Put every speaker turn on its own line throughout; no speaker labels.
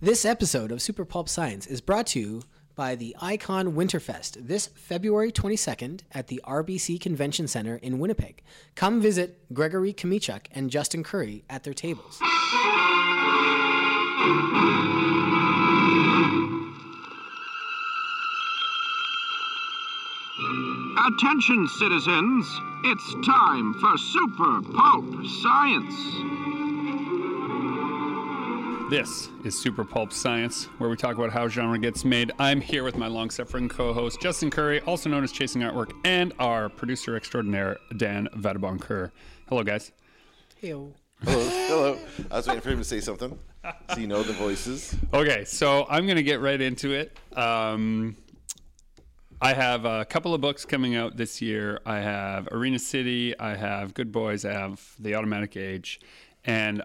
This episode of Super Pulp Science is brought to you by the Icon Winterfest this February 22nd at the RBC Convention Center in Winnipeg. Come visit Gregory Kamichuk and Justin Curry at their tables.
Attention, citizens! It's time for Super Pulp Science.
This is Super Pulp Science, where we talk about how genre gets made. I'm here with my long-suffering co-host Justin Curry, also known as Chasing Artwork, and our producer extraordinaire Dan Vadabonker. Hello, guys.
Heyo.
Hello. Hello. I was waiting for him to say something. So you know the voices.
Okay, so I'm gonna get right into it. Um, I have a couple of books coming out this year. I have Arena City, I have Good Boys, I have The Automatic Age, and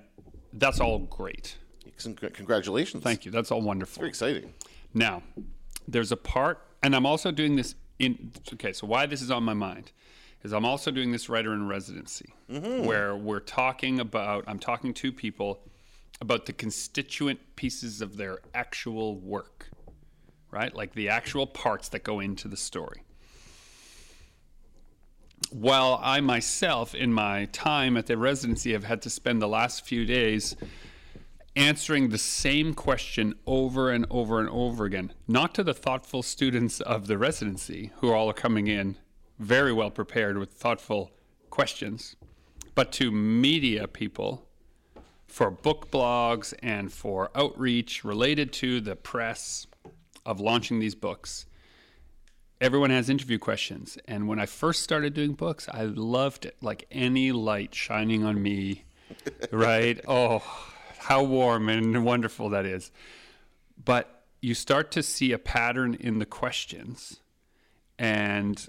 that's all great.
Con- Congratulations.
Thank you. That's all wonderful.
Very exciting.
Now, there's a part, and I'm also doing this in. Okay, so why this is on my mind is I'm also doing this writer in residency, where we're talking about. I'm talking to people about the constituent pieces of their actual work, right? Like the actual parts that go into the story. While I myself, in my time at the residency, have had to spend the last few days answering the same question over and over and over again, not to the thoughtful students of the residency who all are coming in very well prepared with thoughtful questions, but to media people for book blogs and for outreach related to the press of launching these books. Everyone has interview questions. And when I first started doing books, I loved it like any light shining on me right? Oh, how warm and wonderful that is. But you start to see a pattern in the questions, and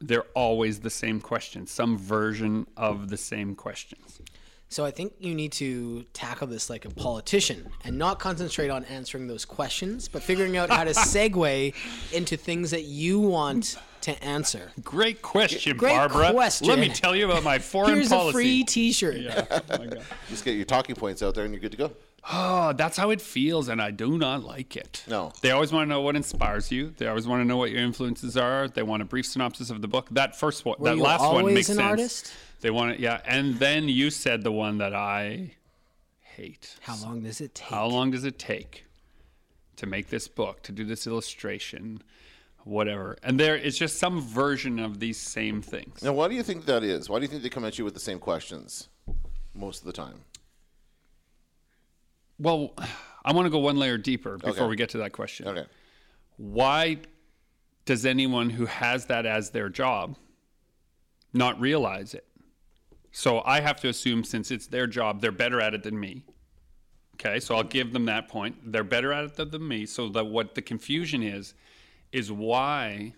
they're always the same questions, some version of the same questions.
So I think you need to tackle this like a politician and not concentrate on answering those questions, but figuring out how to segue into things that you want to answer.
Great question,
Great
Barbara.
question.
Let me tell you about my foreign
Here's
policy.
a free T-shirt.
Just get your talking points out there and you're good to go.
Oh, that's how it feels, and I do not like it.
No.
They always want to know what inspires you. They always want to know what your influences are. They want a brief synopsis of the book. That first one, that
you
last one
always
makes
an
sense.
artist?
They want it, yeah. And then you said the one that I hate.
How long does it take?
How long does it take to make this book, to do this illustration, whatever? And there, it's just some version of these same things.
Now, why do you think that is? Why do you think they come at you with the same questions most of the time?
Well, I want to go one layer deeper before
Okay.
we get to that question.
Okay.
why does anyone who has that as their job not realize it? So I have to assume since it's their job, they're better at it than me. Okay, so I'll give them that point. They're better at it than me. So that what the confusion is, is why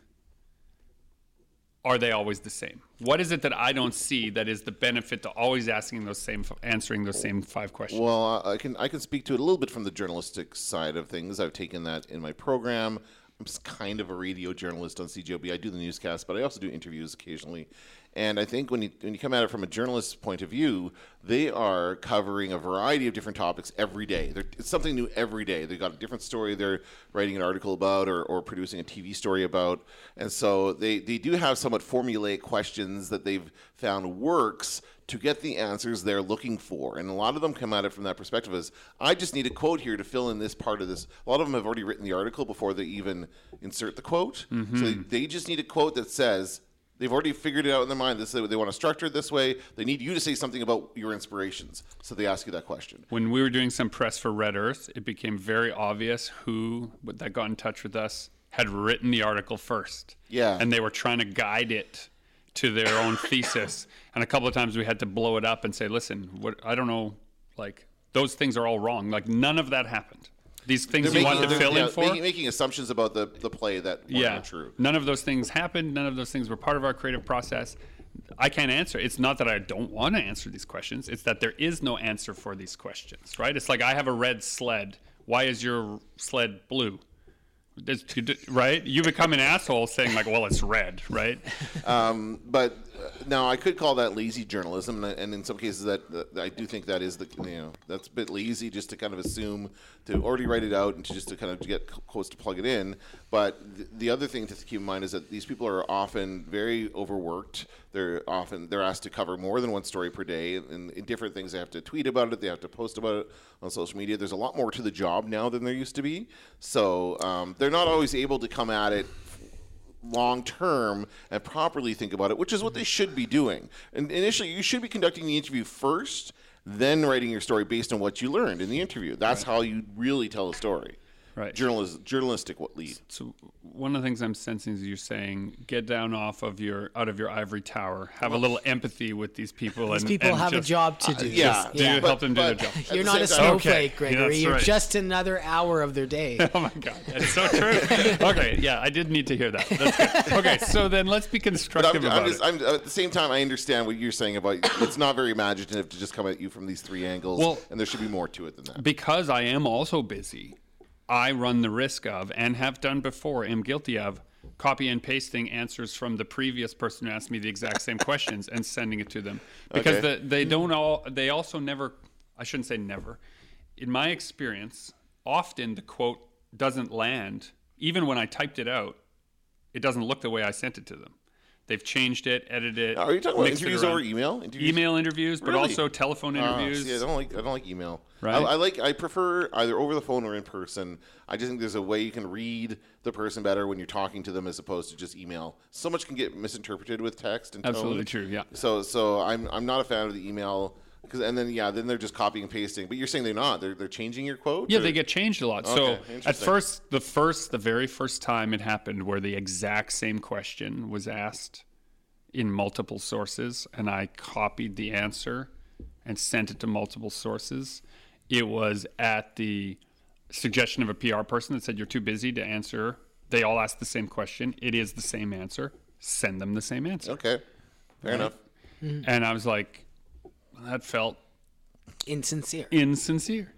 are they always the same? What is it that I don't see that is the benefit to always asking those same, answering those same five questions?
Well, I I can I can speak to it a little bit from the journalistic side of things. I've taken that in my program. I'm s- kind of a radio journalist on CJOB. I do the newscast, but I also do interviews occasionally. And I think when you when you come at it from a journalist's point of view, they are covering a variety of different topics every day. They're, it's something new every day. They've got a different story they're writing an article about or, or producing a TV story about. And so they, they do have somewhat formulaic questions that they've found works to get the answers they're looking for. And a lot of them come at it from that perspective as I just need a quote here to fill in this part of this. A lot of them have already written the article before they even insert the quote.
Mm-hmm.
So they, they just need a quote that says, They've already figured it out in their mind. This is, they want to structure it this way. They need you to say something about your inspirations. So they ask you that question.
when we were doing some press for Red Earth, it became very obvious who that got in touch with us had written the article first.
Yeah.
And they were trying to guide it to their own thesis. And a couple of times we had to blow it up and say, listen, what I don't know, like those things are all wrong. Like none of that happened. These things you want to
they're-
fill
yeah,
in for.
Making, making assumptions about the, the play that weren't
yeah.
true.
None of those things happened. None of those things were part of our creative process. I can't answer. It's not that I don't want to answer these questions. It's that there is no answer for these questions, right? It's like I have a red sled. Why is your sled blue? This- right? You become an asshole saying like, "Well, it's red," right?
But uh, now I could call that lazy journalism, and, and in some cases that, that I do think that is the you know that's a bit lazy just to kind of assume to already write it out and to just to kind of get c- close to plug it in. But th- the other thing to keep in mind is that these people are often very overworked. They're often they're asked to cover more than one story per day, and in different things they have to tweet about it, they have to post about it on social media. There's a lot more to the job now than there used to be, so um, they're not always able to come at it long term and properly think about it, which is what they should be doing. And initially, you should be conducting the interview first, then writing your story based on what you learned in the interview. That's how you really tell a story.
Right.
Journalist, journalistic what lead.
So one of the things I'm sensing is you're saying get down off of your out of your ivory tower, have a little empathy with these people.
These
and,
people
and
have
just-
a
uh,
job to do.
yeah,
Just-
Do help them do their job.
at
You're
the
not a
same time-
snowflake,
Okay. Yeah,
Gregory.
that's
You're
right.
just another hour of their day.
Oh my god, that's so true. okay, yeah, I did need to hear that. That's good. Okay, so then let's be
But
constructive
I'm,
about
I'm just,
it.
I'm, at the same time, I understand what you're saying about it's not very imaginative to just come at you from these three angles,
Well-
and there should be more to it than that.
because I am also busy, I run the risk of and have done before, am guilty of copy and pasting answers from the previous person who asked me the exact same questions and sending it to them because
Okay.
the, they don't all they also never I shouldn't say never. In my experience, often the quote doesn't land even when I typed it out. It doesn't look the way I sent it to them. They've changed it, edited it.
Are you talking about
mixed it
interviews over
around.
email? Interviews-
Email interviews, but
Really?
also telephone
Ah,
interviews.
see, I don't like I don't like email.
Right.
I, I like I prefer either over the phone or in person. I just think there's a way you can read the person better when you're talking to them as opposed to just email. So much can get misinterpreted with text and tone.
Absolutely true, yeah.
So so I'm I'm not a fan of the email because and then yeah then they're just copying and pasting. But you're saying they're not. They're they're changing your quote.
Yeah,
or-
they get changed a lot.
Okay,
so at
interesting.
first, the first, the very first time it happened, where the exact same question was asked in multiple sources, and I copied the answer and sent it to multiple sources. It was at the suggestion of a PR person that said, "You're too busy to answer." They all asked the same question. It is the same answer. Send them the same answer.
Okay. Fair enough.
And I was like, that felt
Insincere.
insincere.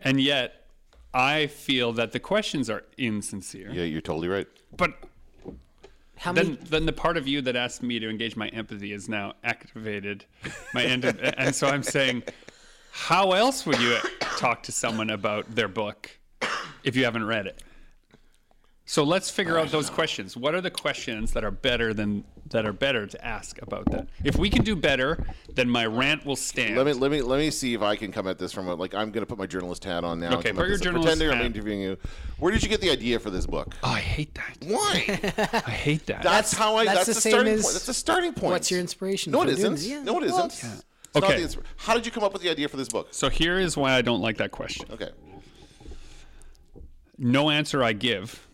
And yet, I feel that the questions are insincere.
Yeah, you're totally right.
But
How many?
then, then the part of you that asked me to engage my empathy is now activated. My end, of, and so I'm saying, how else would you talk to someone about their book if you haven't read it? So let's figure out those questions. What are the questions that are better than that are better to ask about that? If we can do better, then my rant will stand.
Let me let me let me see if I can come at this from a, like I'm gonna put my journalist hat on now. and
Okay,
come at
put your
this and
journalist
pretend I'm
hat.
interviewing you. Where did you get the idea for this book?
oh, I hate that.
Why?
I hate that.
That's,
That's-
how I.
that's
That's,
the
the,
same
starting
as
point. That's the starting point.
what's your inspiration
No,
for
it
doing
isn't.
it? Yeah.
No, it
Well,
isn't.
yeah.
It's not
Okay.
the inspir- how did you come up with the idea for this book?
So here is why I don't like that question.
Okay.
No answer I give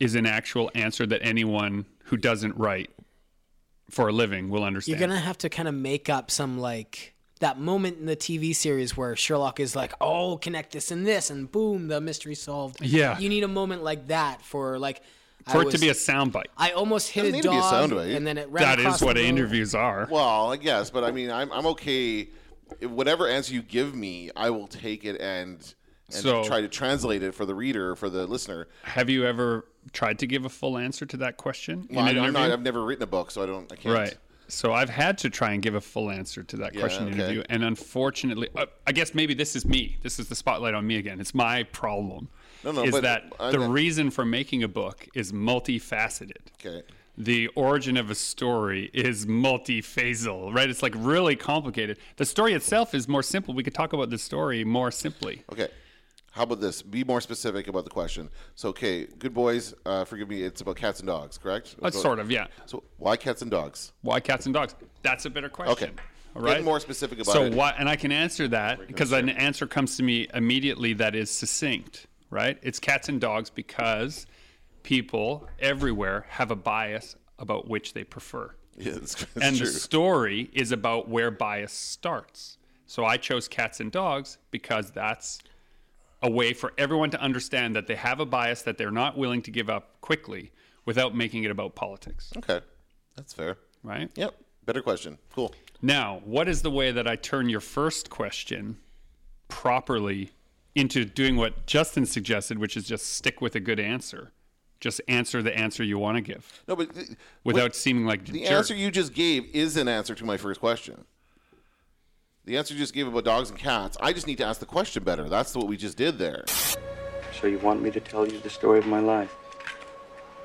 is an actual answer that anyone who doesn't write for a living will understand.
You're gonna have to kind of make up some like that moment in the TV series where Sherlock is like, "Oh, connect this and this," and boom, the mystery solved.
Yeah.
you need a moment like that for like I
for it to
was-
be a soundbite.
I almost hit
Doesn't
a
need to be a
dog,
sound bite.
and then it ran
That
across
is
the
what
road.
interviews are.
Well, I guess, but I mean, I'm I'm okay. If Whatever answer you give me, I will take it and and
So-
try to translate it for the reader, for the listener.
Have you ever tried to give a full answer to that question? in
Well, I,
an
I'm not.
interview?
I've never written a book, so I don't. I can't.
Right. So I've had to try and give a full answer to that question in
okay.
an interview, and unfortunately, uh, I guess maybe this is me. This is the spotlight on me again. It's my problem.
No, no,
is
but
that
I-
the
I-
reason for making a book is multifaceted.
Okay.
The origin of a story is multiphasal, right? It's like really complicated. The story itself is more simple. We could talk about the story more simply.
Okay. How about this? Be more specific about the question. So, okay, good boys, uh, forgive me. It's about cats and dogs, correct?
That's Uh, sort of yeah.
So, why cats and dogs?
Why cats and dogs? That's a better question.
Okay.
All
Get
right.
more specific about
so
it.
why? And I can answer that because an answer comes to me immediately that is succinct. Right? It's cats and dogs because people everywhere have a bias about which they prefer,
Yeah, that's, that's
and
true.
the story is about where bias starts. So I chose cats and dogs because that's a way for everyone to understand that they have a bias that they're not willing to give up quickly without making it about politics.
Okay, that's fair.
Right?
Yep. Better question. Cool.
Now, what is the way that I turn your first question properly into doing what Justin suggested, which is just stick with a good answer? Just answer the answer you want to give
No, but the,
without
what-
seeming like a
the
jerk.
answer you just gave is an answer to my first question. The answer you just gave about dogs and cats. I just need to ask the question better. That's what we just did there.
So you want me to tell you the story of my life?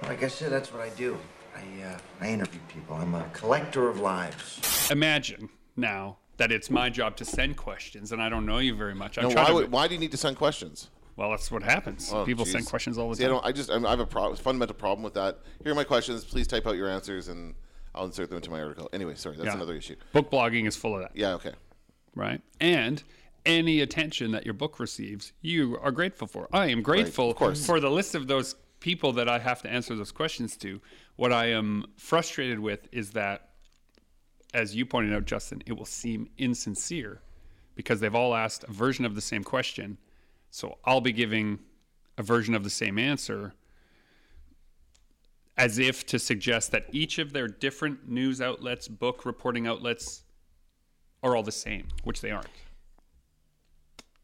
Like I said, that's what I do. I, uh, I interview people. I'm a collector of lives.
Imagine now that it's my job to send questions, and I don't know you very much. I
Now,
try
why,
to,
would, why do you need to send questions?
well, that's what happens.
Oh,
People send
jeez.
questions all the
See, I
time.
don't. I just. I'm, I have a pro- fundamental problem with that. Here are my questions. Please type out your answers, and I'll insert them into my article. Anyway, sorry, that's
Yeah.
another issue.
Book blogging is full of that,
Yeah. Okay.
right? And any attention that your book receives, you are grateful for. I am grateful for the list of those people that I have to answer those questions to. What I am frustrated with is that, as you pointed out, Justin, it will seem insincere because they've all asked a version of the same question. So I'll be giving a version of the same answer as if to suggest that each of their different news outlets, book reporting outlets are all the same, which they aren't.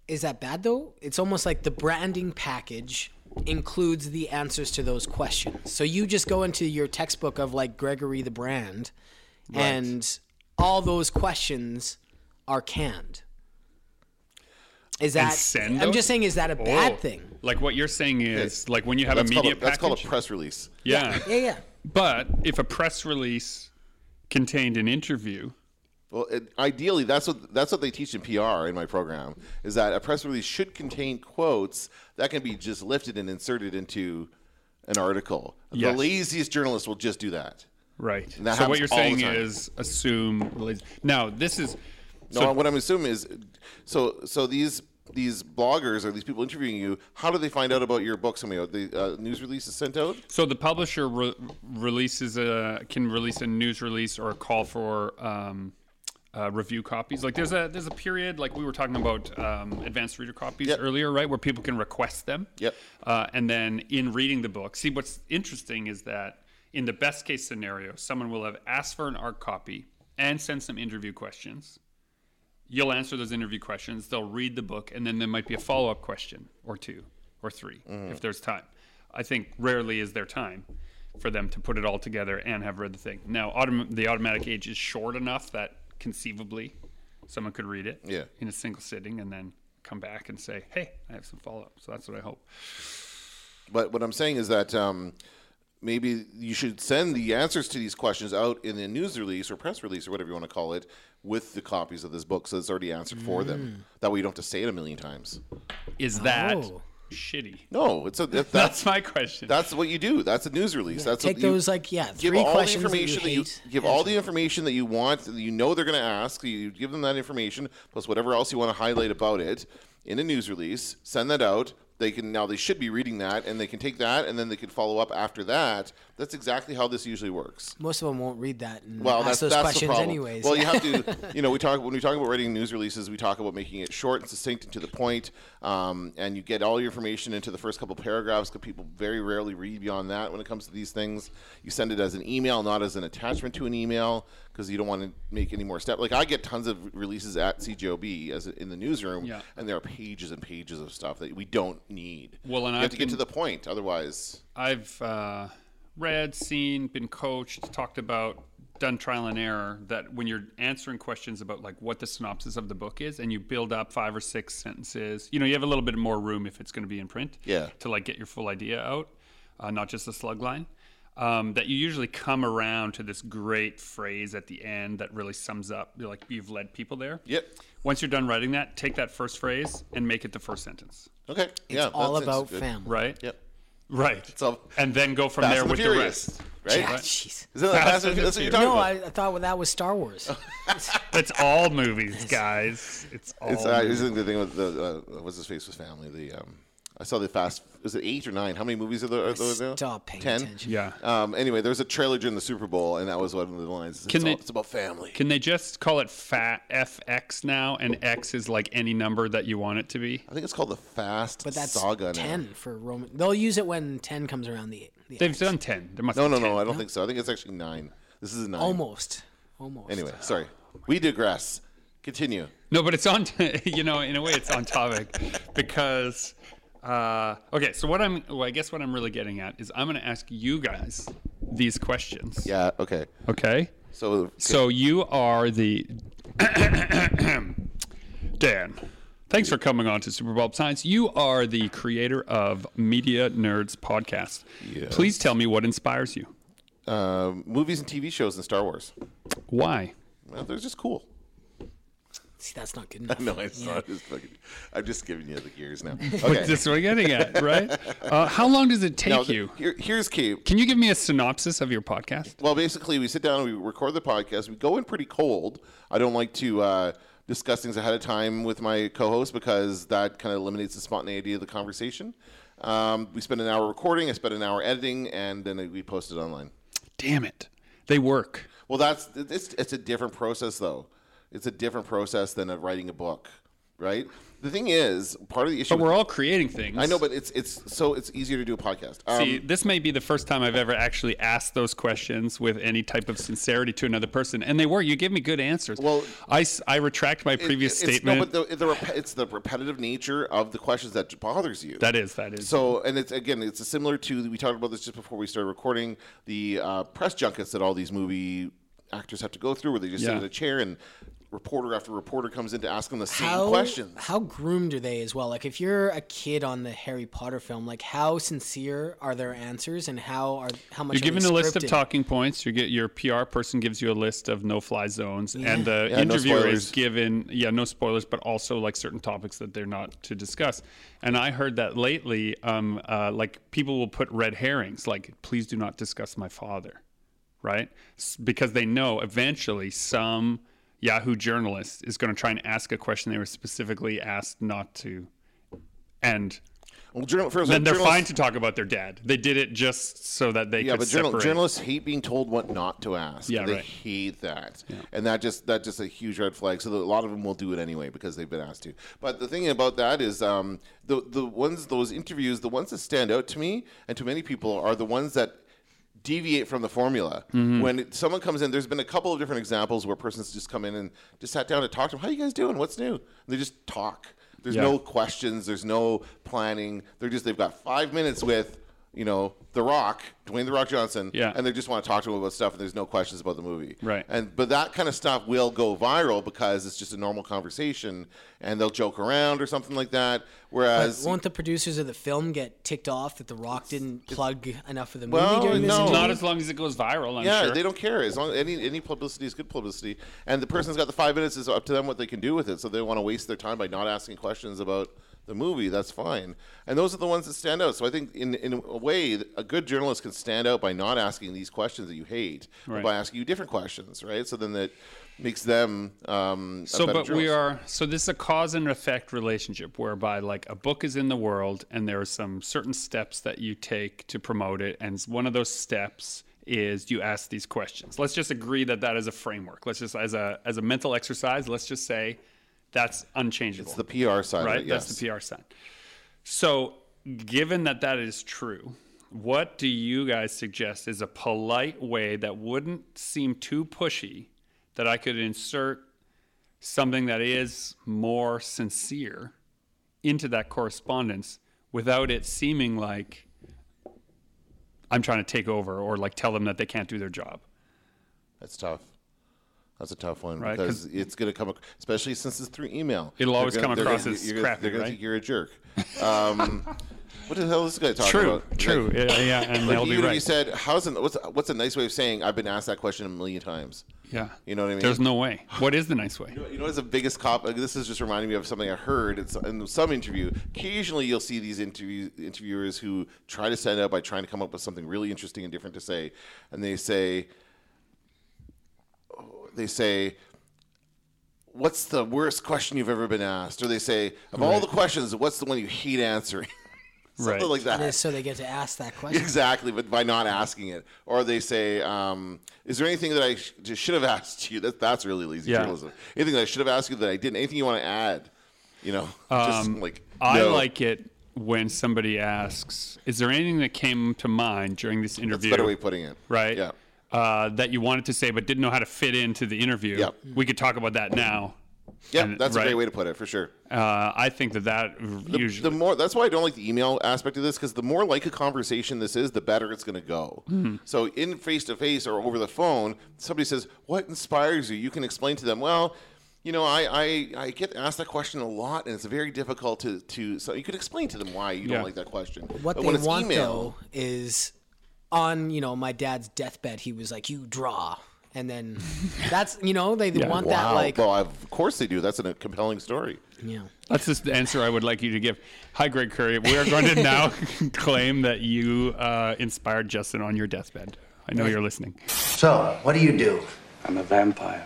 Is that bad though? It's almost like the branding package includes the answers to those questions. So you just go into your textbook of like Gregory the brand and all those questions are canned. Is that
send
I'm
those?
just saying is that a bad
Oh,
thing?
Like what you're saying is like when you have
That's
a
called
media
a, that's called a
package-
press release.
yeah.
Yeah, yeah.
But if a press release contained an interview,
Well, it, ideally, that's what that's what they teach in PR in my program is that a press release should contain quotes that can be just lifted and inserted into an article.
Yes.
The laziest journalist will just do that.
right?
that
So what
happens
you're
all the
saying
time.
is assume. Now this is
No, what I'm assuming is, so so these these bloggers or these people interviewing you, how do they find out about your book? Somebody the uh, news release is sent out.
So the publisher re- releases a can release a news release or a call for um, uh, review copies. Like there's a there's a period like we were talking about um, advanced reader copies
Yep.
earlier, right, where people can request them.
Yep.
Uh, and then in reading the book, see what's interesting is that in the best case scenario, someone will have asked for an art copy and sent some interview questions. You'll answer those interview questions. They'll read the book, and then there might be a follow up question or two or 3
Mm-hmm.
if there's time. I think rarely is there time for them to put it all together and have read the thing. Now, autom- the automatic age is short enough that conceivably someone could read it
Yeah.
in a single sitting and then come back and say, hey, I have some follow up. So that's what I hope.
But what I'm saying is that um, maybe you should send the answers to these questions out in the news release or press release or whatever you want to call it with the copies of this book, so it's already answered for them. That way, you don't have to say it a million times.
Is that
Oh.
shitty?
No, it's a
That's
that, that's
my question.
that's what you do. That's a news release. that's
Take
what you,
those like yeah, three
give all the
questions
information
that
that
you,
you,
hate.
give all the information that you want that you know they're going to ask you give them that information plus whatever else you want to highlight about it in a news release send that out they can now they should be reading that and they can take that and then they can follow up after that that's exactly how this usually works
Most of them won't read that and
well,
ask
that's,
those
that's the
questions
problem.
anyways.
Well, you have to, you know, we talk when we talk about writing news releases, we talk about making it short and succinct and to the point, um, and you get all your information into the first couple paragraphs because people very rarely read beyond that when it comes to these things. You send it as an email, not as an attachment to an email, because you don't want to make any more step. Like I get tons of releases at CJOB as in the newsroom,
Yeah.
and there are pages and pages of stuff that we don't need.
Well, and
you
I've
have to get
been-
to the point, otherwise.
I've uh, read, seen, been coached, talked about, done trial and error. That when you're answering questions about like what the synopsis of the book is, and you build up five or six sentences, you know, you have a little bit more room if it's going to be in print.
Yeah.
To like get your full idea out, uh, not just a slug line. Um, that you usually come around to this great phrase at the end that really sums up. You're like you've led people there.
Yep.
Once you're done writing that, take that first phrase and make it the first sentence.
Okay. yeah.
all
that sounds
about
good.
family.
Right.
Yep.
Right.
So-
and then go from
Fast
there
and
with the
Furious,
rest.
Right?
Ah, jeez.
Is that like Fast and Furious? That's what you're talking
No,
about.
I, I thought that was Star Wars.
It's all movies, guys. It's all.
It's uh,
movies.
isn't the thing with the uh, what's his face with family. The um, I saw the fast. Is it eight or nine? How many movies are there? Are there now?
Stop paying
Ten.
attention.
yeah.
Um, anyway, there was a trailer during the Super Bowl, and that was one of the lines.
Can
it's,
they-
all, it's about family.
Can they just call it Fat FX now? And X is like any number that you want it to be.
I think it's called the Fast
But that's
Saga. now.
ten for Roman. They'll use it when ten comes around the. the
They've done ten. There must
No,
be
no,
10.
no. I don't think so. I think it's actually nine. This is a nine.
almost, almost.
Anyway, sorry. We digress. Continue.
No, but it's on. you know, in a way, it's on topic because Uh, okay, so what I'm, well, I guess what I'm really getting at is I'm going to ask you guys these questions.
Yeah. Okay.
Okay.
So
So you are the Dan. Thanks for coming on to Super Bowl Science. You are the creator of Media Nerds Podcast.
Yes.
Please tell me what inspires you.
um, movies and TV shows and Star Wars.
Why?
Well, they're just cool.
See, that's not good enough.
No, it's not. It's fucking, I'm just giving you the gears now.
But
Okay.
That's what I'm getting at, right? Uh, how long does it take
Now,
you?
Here, here's Kate.
Can you give me a synopsis of your podcast?
Well, basically, we sit down, we record the podcast. We go in pretty cold. I don't like to uh, discuss things ahead of time with my co-host because that kind of eliminates the spontaneity of the conversation. Um, we spend an hour recording. I spend an hour editing, and then we post it online.
Damn it. They work.
Well, that's it's, it's a different process, though. It's a different process than uh writing a book, right? The thing is, part of the issue.
But we're all creating things.
I know, but it's it's so it's easier to do a podcast. Um,
See, this may be the first time I've ever actually asked those questions with any type of sincerity to another person, and they were. You give me good answers.
Well-
I, s- I retract my
it-
previous
it's,
statement.
No, but the, the rep- it's the repetitive nature of the questions that bothers you.
that is, that is.
So, and it's again, it's a similar to we talked about this just before we started recording the uh, press junkets that all these movie actors have to go through, where they just sit
Yeah.
in a chair and reporter after reporter comes in to ask them the same
How,
questions.
how groomed are they as well? Like, if you're a kid on the Harry Potter film, like how sincere are their answers, and how are how much
you're
are they
given a list of
scripted?
talking points. You get your PR person gives you a list of no-fly zones, and the
Yeah, no
interviewer
spoilers.
is given yeah no spoilers, but also like certain topics that they're not to discuss. And I heard that lately, um, uh, like people will put red herrings, like please do not discuss my father, right? S- Because they know eventually some Yahoo journalist is going to try and ask a question they were specifically asked not to, and
Well, journal, first of all,
then they're
journalists-
fine to talk about their dad. They did it just so that they
Yeah,
could
but journal,
separate.
journalists hate being told what not to ask.
Yeah,
they
right.
hate that, and that just that just a huge red flag. So a lot of them will do it anyway because they've been asked to. But the thing about that is, um, the the ones those interviews, the ones that stand out to me and to many people are the ones that deviate from the formula. When it- someone comes in, there's been a couple of different examples where persons just come in and just sat down to talk to them. How you guys doing? What's new? And they just talk. There's
Yeah.
no questions. There's no planning. They're just they've got five minutes with you know The Rock, Dwayne The Rock Johnson,
Yeah.
and they just want to talk to him about stuff, and there's no questions about the movie,
Right.
And but that kind of stuff will go viral because it's just a normal conversation, and they'll joke around or something like that.
But
Whereas,
won't the producers of the film get ticked off that The Rock didn't plug enough of the movie
Well,
during this?
no.
interview?
Not as long as it goes viral, I'm
Oh. yeah,
sure.
they don't care. As long any any publicity is good publicity, and the person's got the five minutes. It's up to them what they can do with it. So they want to waste their time by not asking questions about the movie. That's fine. And those are the ones that stand out. So I think in in a way, a good journalist can stand out by not asking these questions that you hate, but
Right.
by asking you different questions, right? So then that makes them um, a
so
better
but we
journalist.
are so this is a cause and effect relationship whereby like a book is in the world and there are some certain steps that you take to promote it and one of those steps is you ask these questions let's just agree that that is a framework let's just as a as a mental exercise let's just say that's unchangeable
It's the PR side,
right
Of it, yes.
that's the pr sign so given that that is true what do you guys suggest is a polite way that wouldn't seem too pushy that i could insert something that is more sincere into that correspondence without it seeming like i'm trying to take over or like tell them that they can't do their job
That's tough. That's a tough one
Right,
because it's going to come, ac- especially since it's through email.
It'll
They're
always
gonna-
come
they're
across
gonna-
as
you're gonna-
crappy,
They're going
right?
to think you're a jerk. Um, what the hell is this guy talking
true
about?
true
Like,
yeah, yeah and
like
they'll
even
be
if
right
you said, "How's an, what's what's a nice way of saying?" I've been asked that question a million times.
yeah
You know what I mean?
there's no way what is the nice way
You know, what's the biggest cop. like, This is just reminding me of something I heard it's in some interview. Occasionally, you'll see these interview interviewers who try to stand out by trying to come up with something really interesting and different to say, and they say, they say. What's the worst question you've ever been asked? Or they say, of all the questions, what's the one you hate answering? Something
Right.
like that.
It is so they get to ask that question.
Exactly, but by not asking it, or they say, um, "Is there anything that I sh- just should have asked you?" That, that's really lazy
Yeah.
journalism. Anything that I should have asked you that I didn't. Anything you want to add? You know, just like
Um, I
no.
like it when somebody asks, "Is there anything that came to mind during this
That's
interview?"
a better way of putting it.
right?
Yeah.
Uh, that you wanted to say but didn't know how to fit into the interview.
Yep.
We could talk about that now.
Yeah,
And-
that's
right.
a great way to put it for sure.
Uh, I think that that usually
The more that's why I don't like the email aspect of this because the more like a conversation this is, the better it's going to go.
Mm-hmm.
So in face to face or over the phone, somebody says, "What inspires you?" You can explain to them, "Well, you know, I I, I get asked that question a lot, and it's very difficult to to." So you could explain to them why you
Yeah.
don't like that question.
What
But
they
when it's
want
email,
though is on you know my dad's deathbed he was like you draw and then that's you know they want that
wow,
like
well, of course they do. That's a compelling story.
you know
That's just the answer I would like you to give. Hi, Greg Curry. We are going to now claim that you uh, inspired Justin on your deathbed. I know you're listening.
So, what do you do?
I'm a vampire.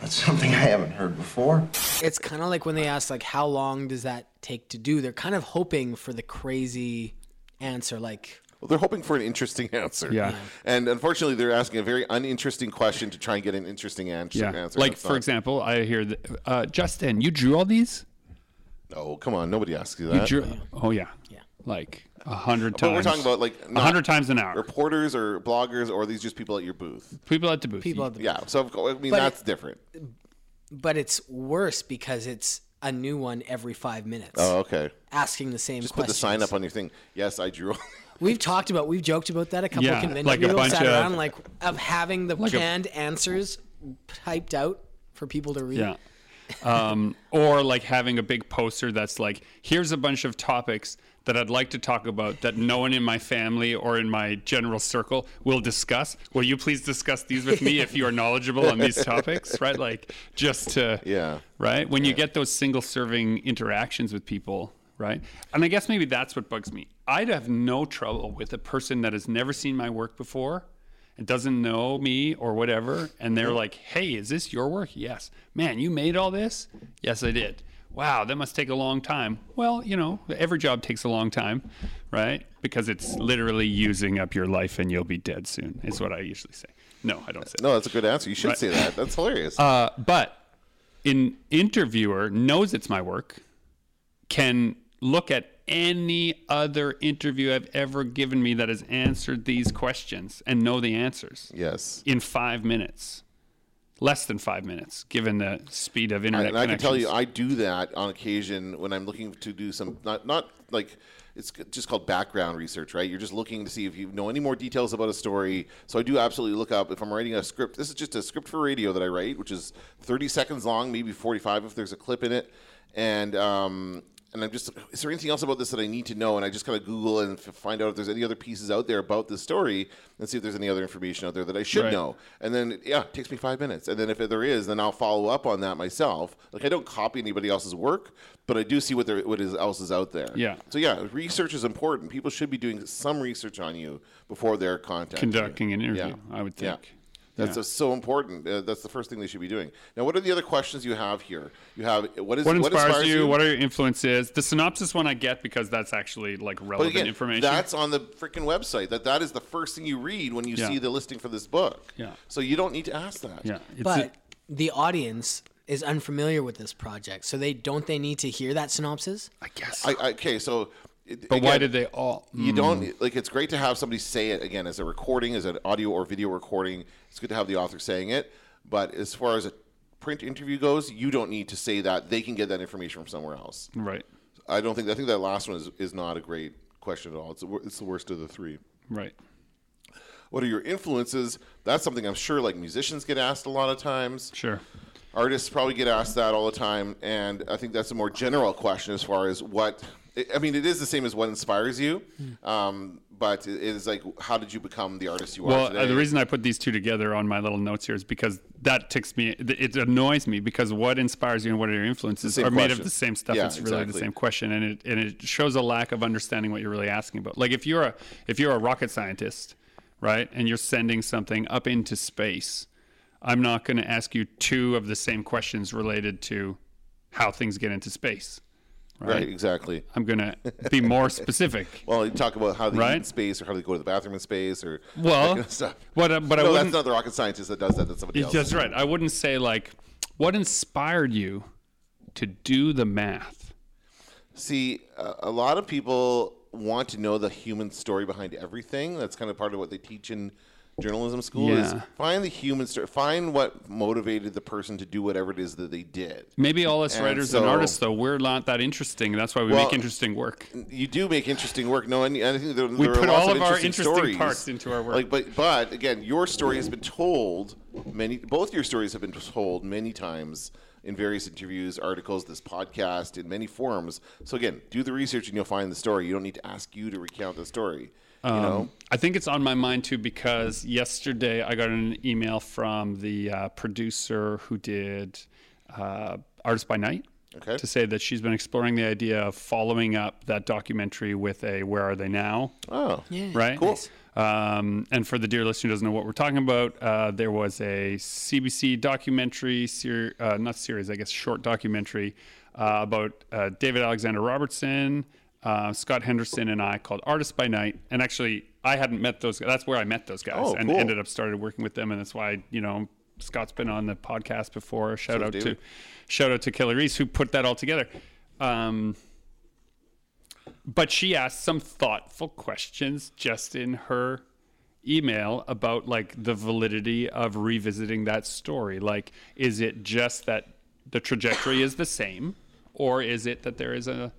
That's something I haven't heard before.
it's kind of like when they ask like how long does that take to do they're kind of hoping for the crazy answer like
Well, they're hoping for an interesting answer.
Yeah. Yeah.
And unfortunately, they're asking a very uninteresting question to try and get an interesting answer.
Yeah.
answer.
Like,
That's
for
not-
example, I hear that, uh, Justin, you drew all these?
Oh, come on. Nobody asks you
You
that.
drew. Oh, yeah. Yeah. Like a hundred times.
But we're talking about like
a
not
hundred times an hour.
Reporters or bloggers, or are these just people at your booth?
People at the booth.
people at the
Yeah. So of co- I mean,
But-
that's different.
but it's worse because it's a new one every five minutes
Oh, okay.
asking the same
Just put the
questions.
sign up on your thing. Yes, I drew.
We've talked about, we've joked about that a couple
Yeah,
of conventions.
like a
we all
bunch
sat
of-
around like of having the
a-
canned answers typed out for people to read.
Yeah. Um, or like having a big poster that's like, here's a bunch of topics that I'd like to talk about that no one in my family or in my general circle will discuss. Will you please discuss these with me if you are knowledgeable on these topics? Right? Like just to
Yeah.
Right? When you get those single serving interactions with people, right? And I guess maybe that's what bugs me. I'd have no trouble with a person that has never seen my work before and doesn't know me or whatever. And they're like, hey, is this your work? Yes. Man, you made all this? Yes, I did. Wow, that must take a long time. Well, you know, every job takes a long time, right? Because it's literally using up your life and you'll be dead soon, is what I usually say. No, I don't say that.
no, that's a good answer. You should say that. That's hilarious.
Uh, but an interviewer knows it's my work, can look at any other interview I've ever given me that has answered these questions and know the answers
yes.
in five minutes. Less than five minutes, given the speed of internet.
and I can tell you,
connections.
I do that on occasion when I'm looking to do some not not like it's just called background research, right? You're just looking to see if you know any more details about a story. So I do absolutely look up if I'm writing a script. This is just a script for radio that I write, which is 30 seconds long, maybe 45 if there's a clip in it, and. Um, and I'm just, is there anything else about this that I need to know? And I just kind of Google and f- find out if there's any other pieces out there about this story and see if there's any other information out there that I should
Right.
know. And then, yeah, it takes me five minutes. And then if there is, then I'll follow up on that myself. Like I don't copy anybody else's work, but I do see what there what is else is out there.
Yeah.
So yeah, research is important. People should be doing some research on you before they're contacting
conducting
you.
an interview.
Yeah.
I would
Yeah.
think.
That's uh, so important. Uh, that's the first thing they should be doing. Now, what are the other questions you have here? You have what is
What inspires, you? What are your influences? The synopsis one I get because that's actually like
but
relevant
again,
information.
that's on the freaking website. That that is the first thing you read when you
Yeah.
see the listing for this book.
Yeah.
So you don't need to ask that.
yeah. It's
But
a-
the audience is unfamiliar with this project, so they don't they need to hear that synopsis?
I guess.
I, I, okay, so. It,
but why
again,
did they Hmm. all?
You don't like. It's great to have somebody say it again as a recording, as an audio or video recording. It's good to have the author saying it. But as far as a print interview goes, you don't need to say that. They can get that information from somewhere else.
Right.
I don't think. I think that last one is, is not a great question at all. It's the wor- it's the worst of the three.
Right.
What are your influences? That's something I'm sure like musicians get asked a lot of times.
Sure.
artists probably get asked that all the time and i think that's a more general question as far as what I- i mean it is the same as what inspires you um, but it is like how did you become the artist you are
Well,
today
uh, the reason I put these two together on my little notes here is because that ticks me. th- It annoys me because what inspires you and what are your influences
same
are made of
question.
the same stuff.
Yeah,
it's really the
exactly.
same question, and it and it shows a lack of understanding what you're really asking about. Like if you're a if you're a rocket scientist, right, and you're sending something up into space, I'm not going to ask you two of the same questions related to how things get into space.
right exactly
I'm going to be more specific.
well you talk about how they eat in
Right.
space or how they go to the bathroom in space or that
Well,
kind of stuff.
what I- but I
no, that's
wouldn't-
not the rocket scientist that does that that's somebody
Yeah,
else
That's right. I wouldn't say like what inspired you to do the math.
See, a, a lot of people want to know the human story behind everything. That's kind of part of what they teach in journalism school is
Yeah.
find the human story, find what motivated the person to do whatever it is that they did.
Maybe all us
And
writers
so-
and artists, though, we're not that interesting. That's why we
Well,
make interesting work.
you do make interesting work. No, and, and I think there,
We
there
put
are lots
all
of
of our
interesting,
interesting
stories.
parts into our work.
Like, but but again, your story has been told many. Both your stories have been told many times in various interviews, articles, this podcast, in many forums. So again, do the research and you'll find the story. You don't need to ask you to recount the story. you
Uh,
know,
Um, I think it's on my mind too because yesterday I got an email from the uh, producer who did uh, Artist by Night
Okay.
to say that she's been exploring the idea of following up that documentary with a Where Are They Now?
oh yeah,
right?
Cool. Nice.
Um, and for the dear listener who doesn't know what we're talking about, uh, there was a CBC documentary, ser- uh, not series, I guess, short documentary uh, about uh, David Alexander Robertson, uh, Scott Henderson, and I called Artists by Night. And actually, I hadn't met those guys. That's where I met those guys
Oh,
and
cool.
ended up started working with them. And that's why, you know, Scott's been on the podcast before. Shout out to
David.
shout out to Kelly Reese who put that all together. Um, but she asked some thoughtful questions just in her email about like the validity of revisiting that story like is it just that the trajectory is the same or is it that there is a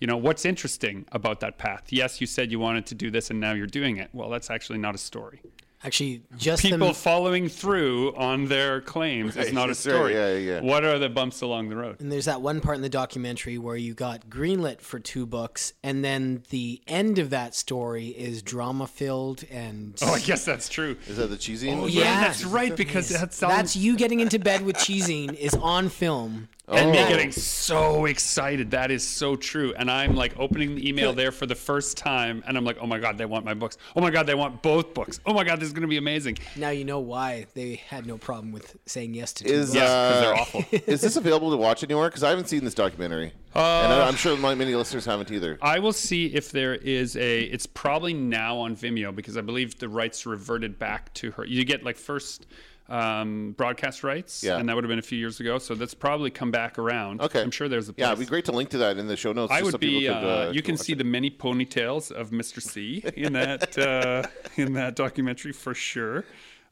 you know what's interesting about that path yes you said you wanted to do this and now you're doing it well that's actually not a story
Actually, just
people
the,
following through on their claims is
Right,
not a
that's right,
story
yeah, yeah.
what are the bumps along the road
and there's that one part in the documentary where you got greenlit for two books, and then the end of that story is drama filled and.
oh i guess that's true
Is that the cheesy? Oh,
yeah.
that's right because that's
That's you getting into bed with cheesing is on film.
and
Oh.
me getting so excited. That is so true. And I'm like opening the email there for the first time, and I'm like, oh my god, they want my books. Oh my god, they want both books. Oh my god, this is gonna be amazing.
Now you know why they had no problem with saying yes to two
Is
books.
Yeah, 'cause they're
uh,
awful. Uh,
is this available to watch anywhere? Because I haven't seen this documentary, and I- I'm sure my- many listeners haven't either.
I will see if there is a. It's probably now on Vimeo because I believe the rights reverted back to her. You get like first um, broadcast rights,
Yeah.
and that would have been a few years ago. So that's probably come back around.
Okay.
I'm sure there's a. Place.
Yeah, it'd be great to link to that in the show notes.
I
just so
would
people
be.
could,
uh,
uh,
you can
watch
see
it.
the many ponytails of Mr. C in that uh, in that documentary for sure.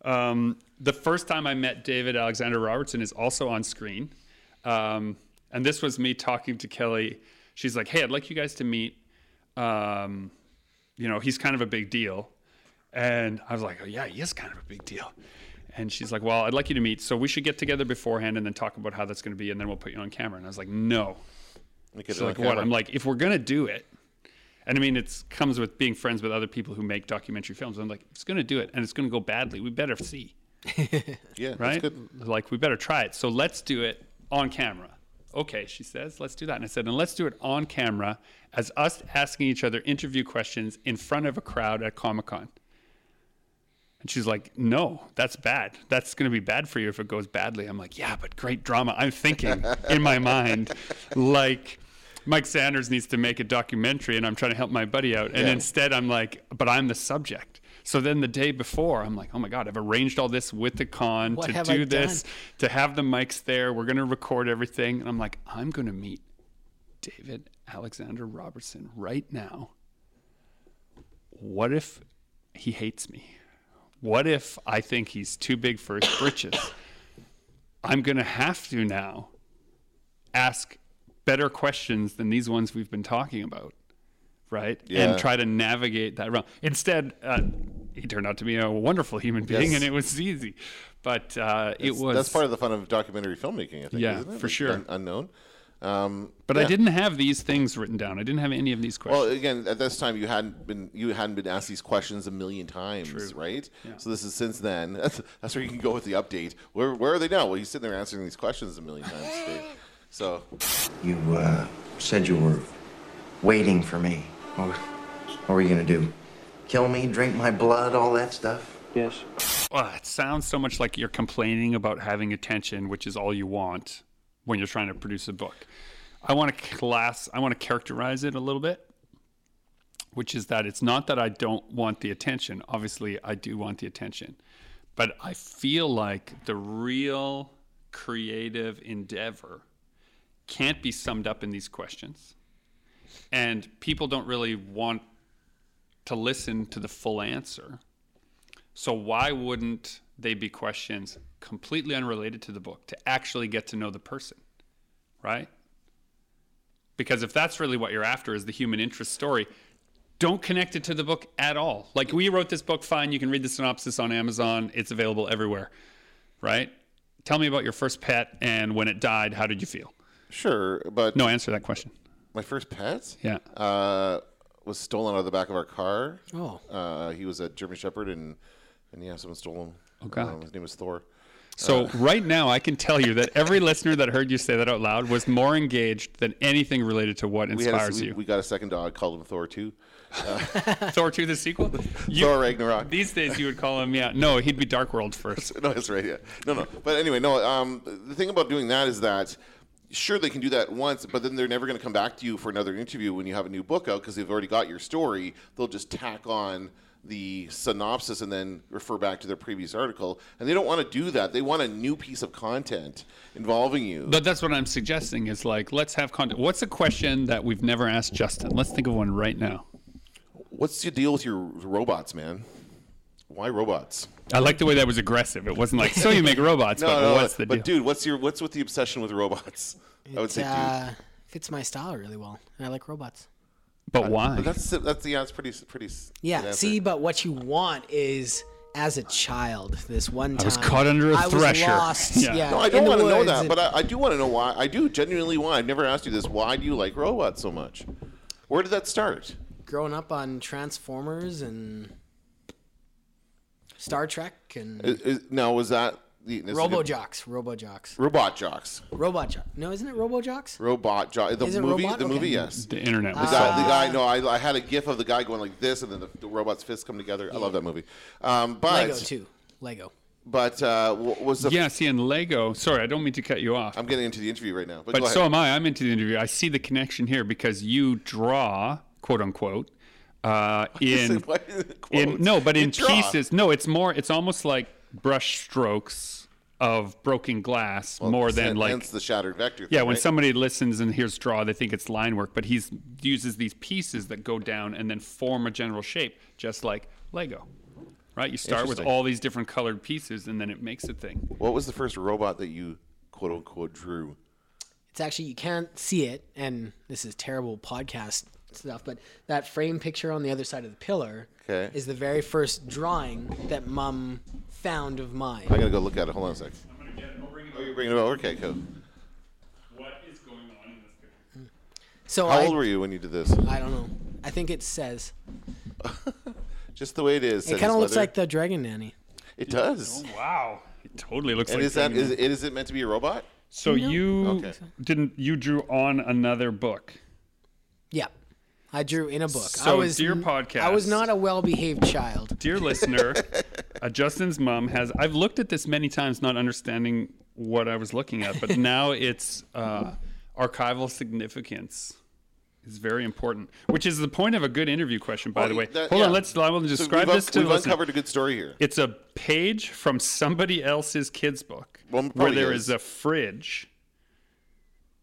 Um, the first time I met David Alexander Robertson is also on screen, um, and this was me talking to Kelly. She's like, "Hey, I'd like you guys to meet." Um, you know, he's kind of a big deal. And I was like, oh, yeah, he is kind of a big deal. And she's like, well, I'd like you to meet. So we should get together beforehand and then talk about how that's going to be. And then we'll put you on camera. And I was like, no.
We could,
She's
uh,
like,
camera.
what? I'm like, if we're going to do it, and I mean, it comes with being friends with other people who make documentary films. I'm like, if it's going to do it and it's going to go badly. We better see,
yeah, that's
right?
good.
Like, we better try it. So let's do it on camera. Okay, she says, let's do that. And I said, and let's do it on camera as us asking each other interview questions in front of a crowd at Comic Con. And she's like, no, that's bad. That's going to be bad for you if it goes badly. I'm like, yeah, but great drama. I'm thinking in my mind, like, Mike Sanders needs to make a documentary and I'm trying to help my buddy out. And
Yeah.
instead, I'm like, but I'm the subject. So then the day before, I'm like, oh my God, I've arranged all this with the con
What
to
have
do
I
this, to have the mics there. We're going to record everything. And I'm like, I'm going to meet David Alexander Robertson right now. What if he hates me? What if I think he's too big for his britches? I'm going to have to now ask better questions than these ones we've been talking about, right?
Yeah.
And try to navigate that realm. Instead, uh, he turned out to be a wonderful human being
Yes.
and it was easy. But uh, it was.
That's part of the fun of documentary filmmaking, I think.
Yeah,
isn't it?
for sure.
un- unknown. Um,
but I
yeah.
didn't have these things written down. I didn't have any of these questions.
Well, again, at this time you hadn't been you hadn't been asked these questions a million times, right? So this is since then. That's, that's where you can go with the update. Where where are they now? Well, he's sitting there answering these questions a million times. Dave. So
You uh, said you were waiting for me. What, what were you gonna do? Kill me? Drink my blood? All that stuff?
Yes.
Oh, it sounds so much like you're complaining about having attention, which is all you want when you're trying to produce a book. I want to class, I want to characterize it a little bit, which is that it's not that I don't want the attention. Obviously, I do want the attention, but I feel like the real creative endeavor can't be summed up in these questions. And people don't really want to listen to the full answer. So why wouldn't they be questions completely unrelated to the book to actually get to know the person, right? Because if that's really what you're after is the human interest story, don't connect it to the book at all. Like we wrote this book, fine, you can read the synopsis on Amazon, it's available everywhere, right? Tell me about your first pet and when it died, how did you feel?
Sure, but
No, answer that question.
my first pet
Yeah.
uh, was stolen out of the back of our car.
Oh.
Uh, he was a German Shepherd, and and yeah, someone stole him. Oh
God.
his name was Thor. Uh,
So right now, I can tell you that every listener that heard you say that out loud was more engaged than anything related to what
We had a-
inspires
we-
you.
we got a second dog, called him Thor too.
Thor 2, the sequel. You,
Thor Ragnarok.
These days, you would call him, yeah, no, he'd be Dark World first.
no, that's right. Yeah. No, no. But anyway, no. Um, the thing about doing that is that sure they can do that once, but then they're never going to come back to you for another interview when you have a new book out because they've already got your story. They'll just tack on the synopsis and then refer back to their previous article, and they don't want to do that. They want a new piece of content involving you.
But that's what I'm suggesting is like, let's have content. What's a question that we've never asked Justin? Let's think of one right now.
What's your deal with your robots, man? Why robots?
I like the way that was aggressive. It wasn't like, so you make robots, but what's the
but
deal?
dude, what's your what's with the obsession with robots? I would say, dude.
uh, fits my style really well, and I like robots.
but why?
But that's that's yeah, it's pretty pretty. s-
Yeah.
good answer.
See, but what you want is as a child, this one time
was caught under a
I was
thresher.
lost.
Yeah.
Yeah.
No, I
in
don't
the
want to know
woods
that,
and-
but I, I do want to know why. I do genuinely why. I've never asked you this. Why do you like robots so much? Where did that start?
growing up on Transformers and Star Trek and
Is, is- now, was that the this is gonna-
RoboJocks, RoboJocks,
Robot jocks.
Robot Jock. No, isn't it RoboJocks?
Robot jocks. The
Is it
movie.
robot?
The movie.
Okay.
Yes.
the internet
The
was
guy,
solved.
the guy, no, I, I had a gif of the guy going like this, and then the, the robot's fists come together. I love that movie. Um, but,
Lego too. Lego.
but uh, w- was the?
yeah, see, in Lego, sorry, I don't mean to cut you off.
I'm getting into the interview right now. But, go
But
ahead.
so am I. I'm into the interview. I see the connection here because you draw, quote unquote, uh, in,
Why is it
in
quotes?
no, but
You
in
draw.
pieces. No, it's more. It's almost like brush strokes of broken glass more than
Hence-
like
hence the shattered vector.
yeah.
thing,
When
right?
somebody listens and hears draw, they think it's line work, but he's uses these pieces that go down and then form a general shape, just like Lego. Right, you start with
Interesting.
all these different colored pieces, and then it makes a thing.
What was the first robot that you quote unquote drew?
It's actually you can't see it, and this is terrible podcast stuff, but that frame picture on the other side of the pillar
Okay.
is the very first drawing that Mum found of mine.
I gotta go look at it. Hold on a sec. Oh, you're bringing it over. Okay, cool.
What is going on in this picture?
So
How
I,
old were you when you did this?
I don't know. I think it says
Just the way it is. said
it
his
kind of looks
mother.
like the Dragon Nanny.
it does.
Oh, Wow, it totally looks
And
like
is that
Dragon
is it, is it meant to be a robot?
So you
Okay.
didn't you drew on another book.
Yeah. I drew in a book. I
So,
was
dear
n- I was
podcast-
not a well-behaved child.
Dear listener, uh, Justin's mom has I've looked at this many times not understanding what I was looking at, but now it's uh, archival significance is very important, which is the point of a good interview question by the way.
Oh, That-
Hold on,
yeah.
let's I will
So
describe
we've un-
this to
We've
the listener.
uncovered a good story here.
It's a page from somebody else's kid's book
Well,
where
probably
there
is.
is. a fridge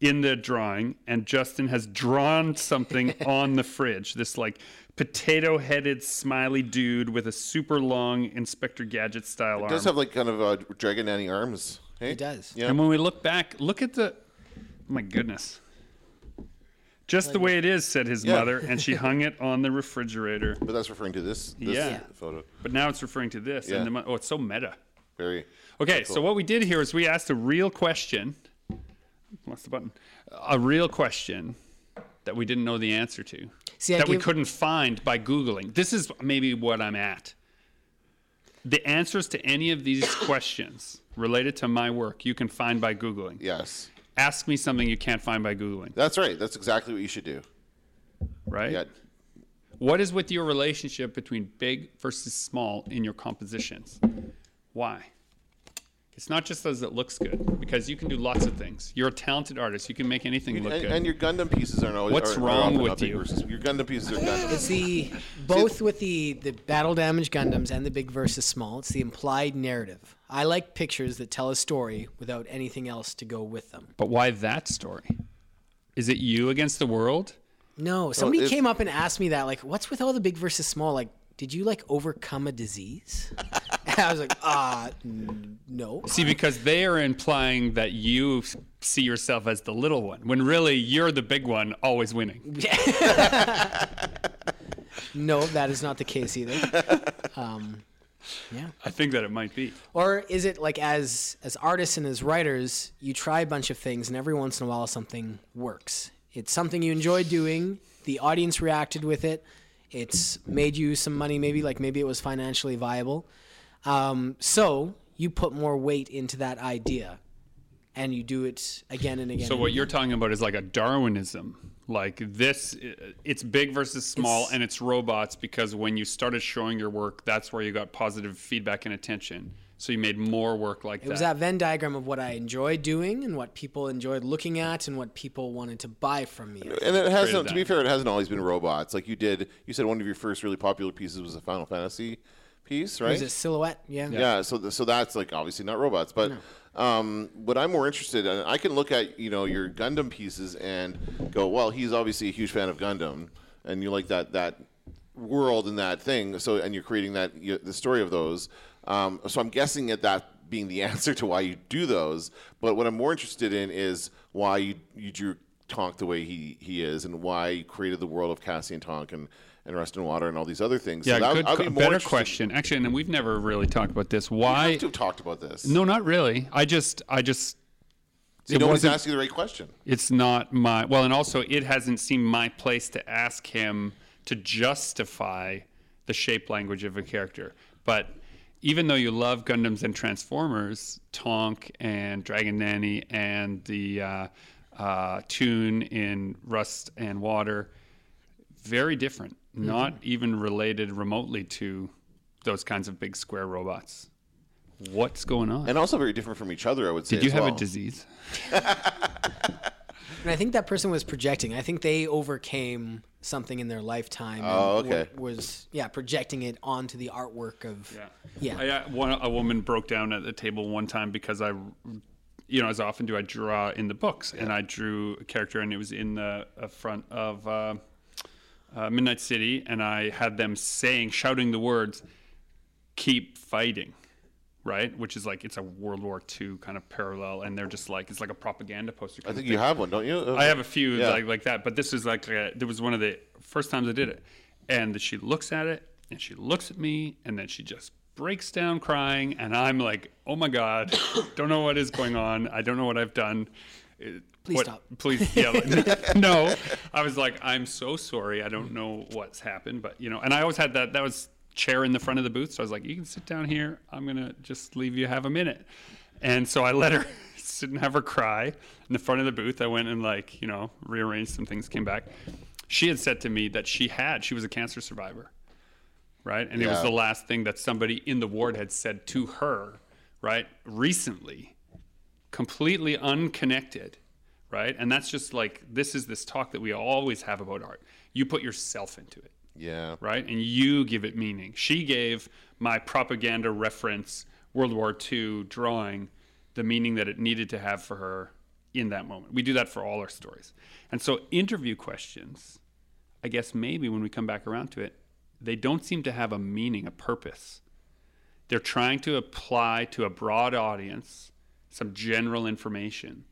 in the drawing, and Justin has drawn something on the fridge. This like potato headed smiley dude with a super long Inspector Gadget style
It
arm.
does have like kind of uh, dragon nanny arms. Hey?
It does.
Yeah.
and when we look back, look at the. oh My goodness. Just the way it is, said his
Yeah.
mother, and she hung it on the refrigerator.
But that's referring to this. this
Yeah.
Photo.
But now it's referring to this,
Yeah.
and the, mo- oh, it's so meta.
Very.
Okay, so what we did here is we asked a real question. What's the button? A real question that we didn't know the answer to,
See, I
that we
gave-
couldn't find by Googling. This is maybe what I'm at. The answers to any of these questions related to my work, you can find by Googling.
Yes.
Ask me something you can't find by Googling,
That's right. That's exactly what you should do.
right?
Yeah.
What is with your relationship between big versus small in your compositions? Why? It's not just as it looks good, because you can do lots of things. You're a talented artist. You can make anything
And,
look good.
and your Gundam pieces aren't always.
What's
are- are
wrong
often
with
not big
you?
versus- your Gundam pieces are Gundam.
It's the both with the the battle damage Gundams and the big versus small. It's the implied narrative. I like pictures that tell a story without anything else to go with them.
but why that story? Is it you against the world?
No, somebody
if-
came up and asked me that, like, what's with all the big versus small? Like, did you like overcome a disease? I was like, ah, n- no.
See, because they are implying that you f- see yourself as the little one, when really you're the big one, always winning.
No, that is not the case either. Um, yeah.
I think that it might be.
Or is it like as as artists and as writers, you try a bunch of things, and every once in a while something works. It's something you enjoy doing. The audience reacted with it. It's made you some money, maybe like maybe it was financially viable. Um, so you put more weight into that idea, and you do it again and again.
So
and
what you're talking about is like a Darwinism. Like this, i- it's big versus small, and it's robots because when you started showing your work, that's where you got positive feedback and attention. So you made more work like
It was that Venn diagram of what I enjoyed doing and what people enjoyed looking at and what people wanted to buy from me.
And it hasn't. To
that.
be fair, it hasn't always been robots. Like you did, you said one of your first really popular pieces was a Final Fantasy piece, right?
It was a silhouette, yeah.
yeah. So th- so that's like obviously not robots, but um, what I'm more interested in, I can look at you know your Gundam pieces and go, well, he's obviously a huge fan of Gundam, and you like that that world and that thing. So and you're creating that you, the story of those. Um, so I'm guessing at that being the answer to why you do those. But what I'm more interested in is why you you drew Tonk the way he he is, and why you created the world of Cassian Tonk and. And rust and water and all these other things.
Yeah,
so that,
good,
I'd be
que-
more
better
interested-
question. Actually, and we've never really talked about this.
I
Why?
have to have talked about this.
No, not really. I just, I just,
See,
It
nobody's
wasn't-
asking the right question.
it's not my. Well, and also, it hasn't seemed my place to ask him to justify the shape language of a character. But even though you love Gundams and Transformers, Tonk and Dragon Nanny and the uh, uh, tune in Rust and Water, very different.
Mm-hmm.
Not even related remotely to those kinds of big square robots. What's going on?
And also very different from each other, I would say.
Did you
as
have
well.
a disease?
And I think that person was projecting. I think they overcame something in their lifetime. and
Oh, okay.
wa- Was yeah, projecting it onto the artwork of yeah.
I, uh, one, a woman broke down at the table one time because I, you know, as often do I draw in the books, and I drew a character, and it was in the uh, front of uh, uh, Midnight City, and I had them saying, shouting the words, "Keep fighting." Right, which is like it's a World War II kind of parallel, and they're just like it's like a propaganda poster.
I
kind of
think
thing.
you have one, don't you? Uh,
I have a few
Yeah.
like like that, but this is like a, there was one of the first times I did it, and she looks at it and she looks at me and then she just breaks down crying, and I'm like, oh my god, don't know what is going on. I don't know what I've done. It-
Please
what-
stop.
Please, yeah, like, no. I was like, I'm so sorry. I don't know what's happened, but you know, and I always had that. That was chair in the front of the booth, so I was like, you can sit down here. I'm gonna just leave you have a minute. And so I let her sit and have her cry in the front of the booth. I went and like, you know, rearranged some things, came back. She had said to me that she had, she was a cancer survivor. Right. And it was
Yeah.
the last thing that somebody in the ward had said to her, right? Recently, completely unconnected. Right. And that's just like, this is this talk that we always have about art. You put yourself into it
yeah.
right? And you give it meaning. She gave my propaganda reference World War II drawing the meaning that it needed to have for her in that moment. We do that for all our stories. And so, interview questions, I guess maybe when we come back around to it, they don't seem to have a meaning, a purpose. They're trying to apply to a broad audience some general information.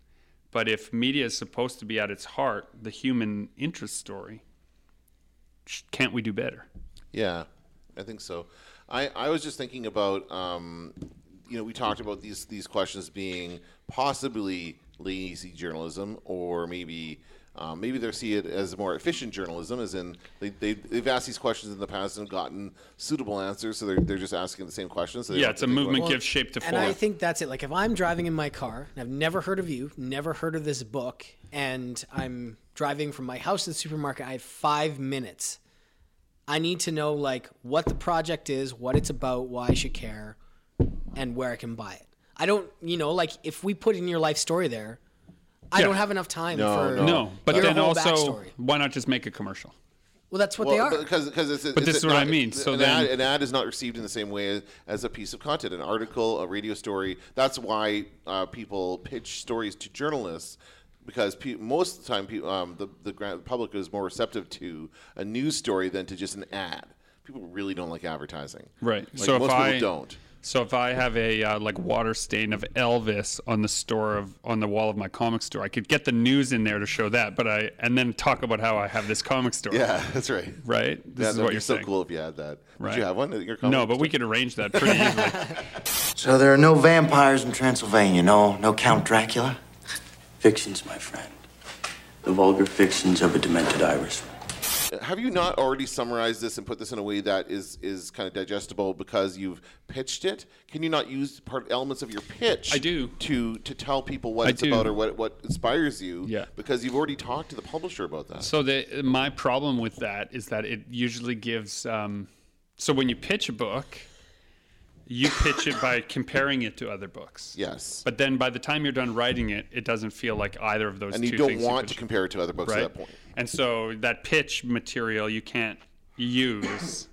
But if media is supposed to be at its heart the human interest story, sh- can't we do better?
Yeah, I think so. I, I was just thinking about, um, you know, we talked about these these questions being possibly lazy journalism, or maybe um, maybe they see it as more efficient journalism, as in they, they they've asked these questions in the past and gotten suitable answers, so they're they're just asking the same questions. So they
Yeah,
don't
it's a
think about
movement
it.
gives shape to
And
form.
I think that's it. Like if I'm driving in my car and I've never heard of you, never heard of this book, and I'm driving from my house to the supermarket, I have five minutes. I need to know like what the project is, what it's about, why I should care, and where I can buy it. I don't, you know, like if we put in your life story there, I
Yeah.
don't have enough time for
no, but
your
then
whole
also,
backstory.
why not just make a commercial?
Well, that's what
Well,
they are.
because because it's,
this is what I mean. So
an,
then-
ad, an ad is not received in the same way as, as a piece of content, an article, a radio story. That's why uh, people pitch stories to journalists because pe- most of the time, pe- um, the the gra- public is more receptive to a news story than to just an ad. People really don't like advertising.
Right.
Like,
So if
most
I-
people don't.
So if I have a uh, like water stain of Elvis on the store of on the wall of my comic store, I could get the news in there to show that, but I and then talk about how I have this comic store.
Yeah, that's right.
Right? This
yeah,
is
that'd
what
be
you're
so
saying.
cool if you had that. Did
Right.
you have one at your comic
No, but we could arrange that pretty easily.
So there are no vampires in Transylvania, no, no Count Dracula.
Fictions, my friend. The vulgar fictions of a demented Irishman.
Have you not already summarized this and put this in a way that is is kind of digestible because you've pitched it? Can you not use part elements of your pitch?
I do.
to to tell people what
I
it's
do.
about or what what inspires you.
Yeah.
because you've already talked to the publisher about that.
So the my problem with that is that it usually gives. Um, so when you pitch a book, you pitch it by comparing it to other books.
yes,
But then by the time you're done writing it, it doesn't feel like either of those.
and
two
you don't
things
want to
pitched,
compare it to other books
right?
at that point.
And so that pitch material you can't use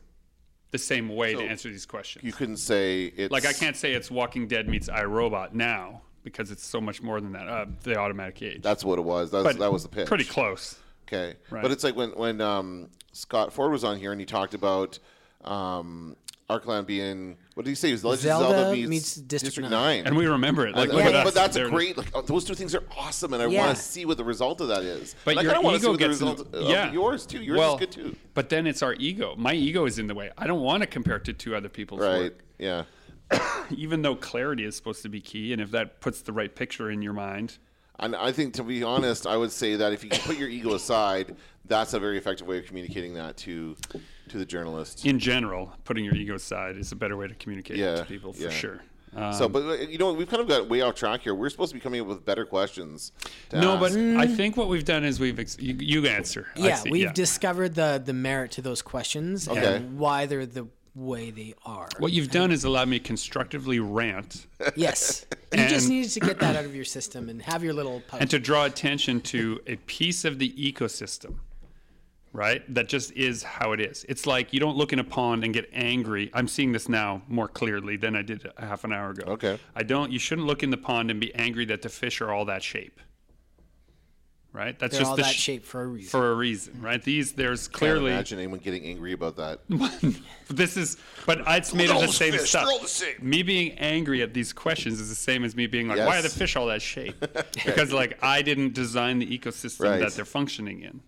the same way to answer these questions.
You couldn't say it's
like I can't say it's Walking Dead meets iRobot now because it's so much more than that. Uh, the Automatic Age.
That's what it was. That's,
But
that was the pitch.
Pretty close.
Okay,
Right.
but it's like when when um, Scott Ford was on here and he talked about um, Arcland being what did he say? It was the Legend of
Zelda
Zelda meets,
meets District
Nine.
And we remember it. Like,
And-
look
but,
at us.
but that's
There it is.
great. Like oh, those two things are awesome, and I
Yeah.
want to see what the result of that is.
But
and I
your
kinda wanna see
ego
what the
gets in
result
the,
of
yeah.
yours too. Yours
well,
is good too,
But then it's our ego. My ego is in the way. I don't want to compare it to two other people's
right?
work,
Yeah.
even though clarity is supposed to be key. And if that puts the right picture in your mind,
And I think, to be honest, I would say that if you can put your ego aside, that's a very effective way of communicating that to to the journalist.
in general, putting your ego aside is a better way to communicate it
Yeah,
to people for
yeah.
sure.
so,
Um,
but uh, you know, we've kind of got way off track here. We're supposed to be coming up with better questions. to
No, but
ask.
I think what we've done is we've ex- you, you answer. I
Mm. Yeah,
see,
we've
yeah.
discovered the the merit to those questions
Okay.
and why they're the way they are.
what you've done is allowed me to constructively rant
Yes, you just
And-
needed to get that out of your system and have your little. Post.
and to draw attention to a piece of the ecosystem right that just is how it is it's like you don't look in a pond and get angry i'm seeing this now more clearly than i did a half an hour ago
Okay.
i don't you shouldn't look in the pond and be angry that the fish are all that shape right that's
They're
just
all
the
that
sh-
shape for a reason.
for a reason right these there's
Can't
clearly
imagine anyone getting angry about that.
this is but it's made of
all
the
those
same
fish,
stuff
they're all the same.
me being angry at these questions is the same as me being like why are the
Yes.
fish all that shape because like i didn't design the ecosystem
Right.
that they're functioning in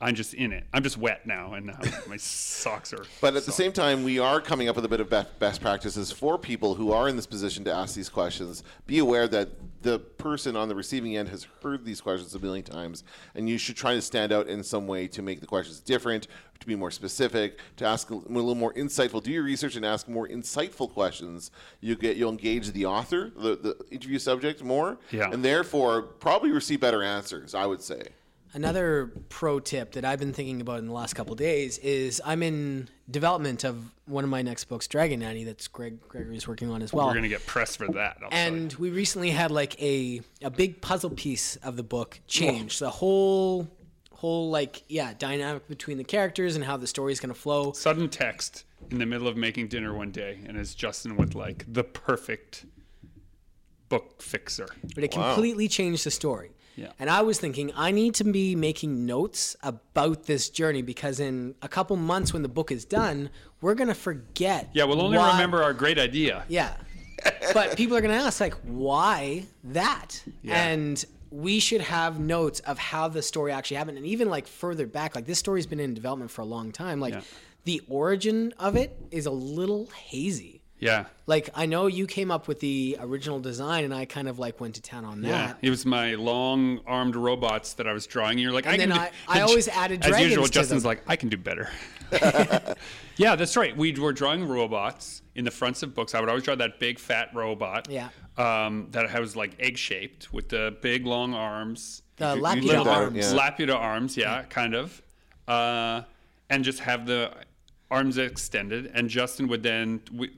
i'm just in it i'm just wet now and now my socks are
But at the same time, we are coming up with a bit of be- best practices for people who are in this position to ask these questions. Be aware that the person on the receiving end has heard these questions a million times, and you should try to stand out in some way to make the questions different, to be more specific, to ask a l- a little more insightful. Do your research and ask more insightful questions. You get you'll engage the author, the, the interview subject more,
Yeah.
and therefore probably receive better answers. I would say.
Another pro tip that I've been thinking about in the last couple of days is I'm in development of one of my next books, Dragon Nanny, that's Greg Gregory's working on as
uh,
well.
we're gonna get pressed for that I'll tell you.
and we recently had like a a big puzzle piece of the book change the whole whole like yeah dynamic between the characters and how the story is going to flow
sudden text in the middle of making dinner one day and it's justin with like the perfect book fixer
but it completely changed the story
Yeah.
and i was thinking i need to be making notes about this journey because in a couple months when the book is done we're going to forget
yeah we'll only
why-
remember our great idea
Yeah. but people are going to ask, like, why that?
Yeah.
And we should have notes of how the story actually happened. And even like further back, like this story's been in development for a long time. Like
Yeah.
the origin of it is a little hazy.
yeah
Like I know you came up with the original design and I kind of like went to town on
Yeah,
that.
it was my long armed robots that I was drawing. You're like, I
then
can do-
I- I always added
as
dragons
usual.
to
Justin's
them.
like, I can do better. yeah, that's right. We were drawing robots in the fronts of books. I would always draw that big fat robot.
Yeah.
Um, that was like egg shaped with the big long arms,
The
You- you
Laputa
lived that,
arms.
yeah.
Laputa arms. Yeah, kind of. Uh, and just have the arms extended, and Justin would then. We,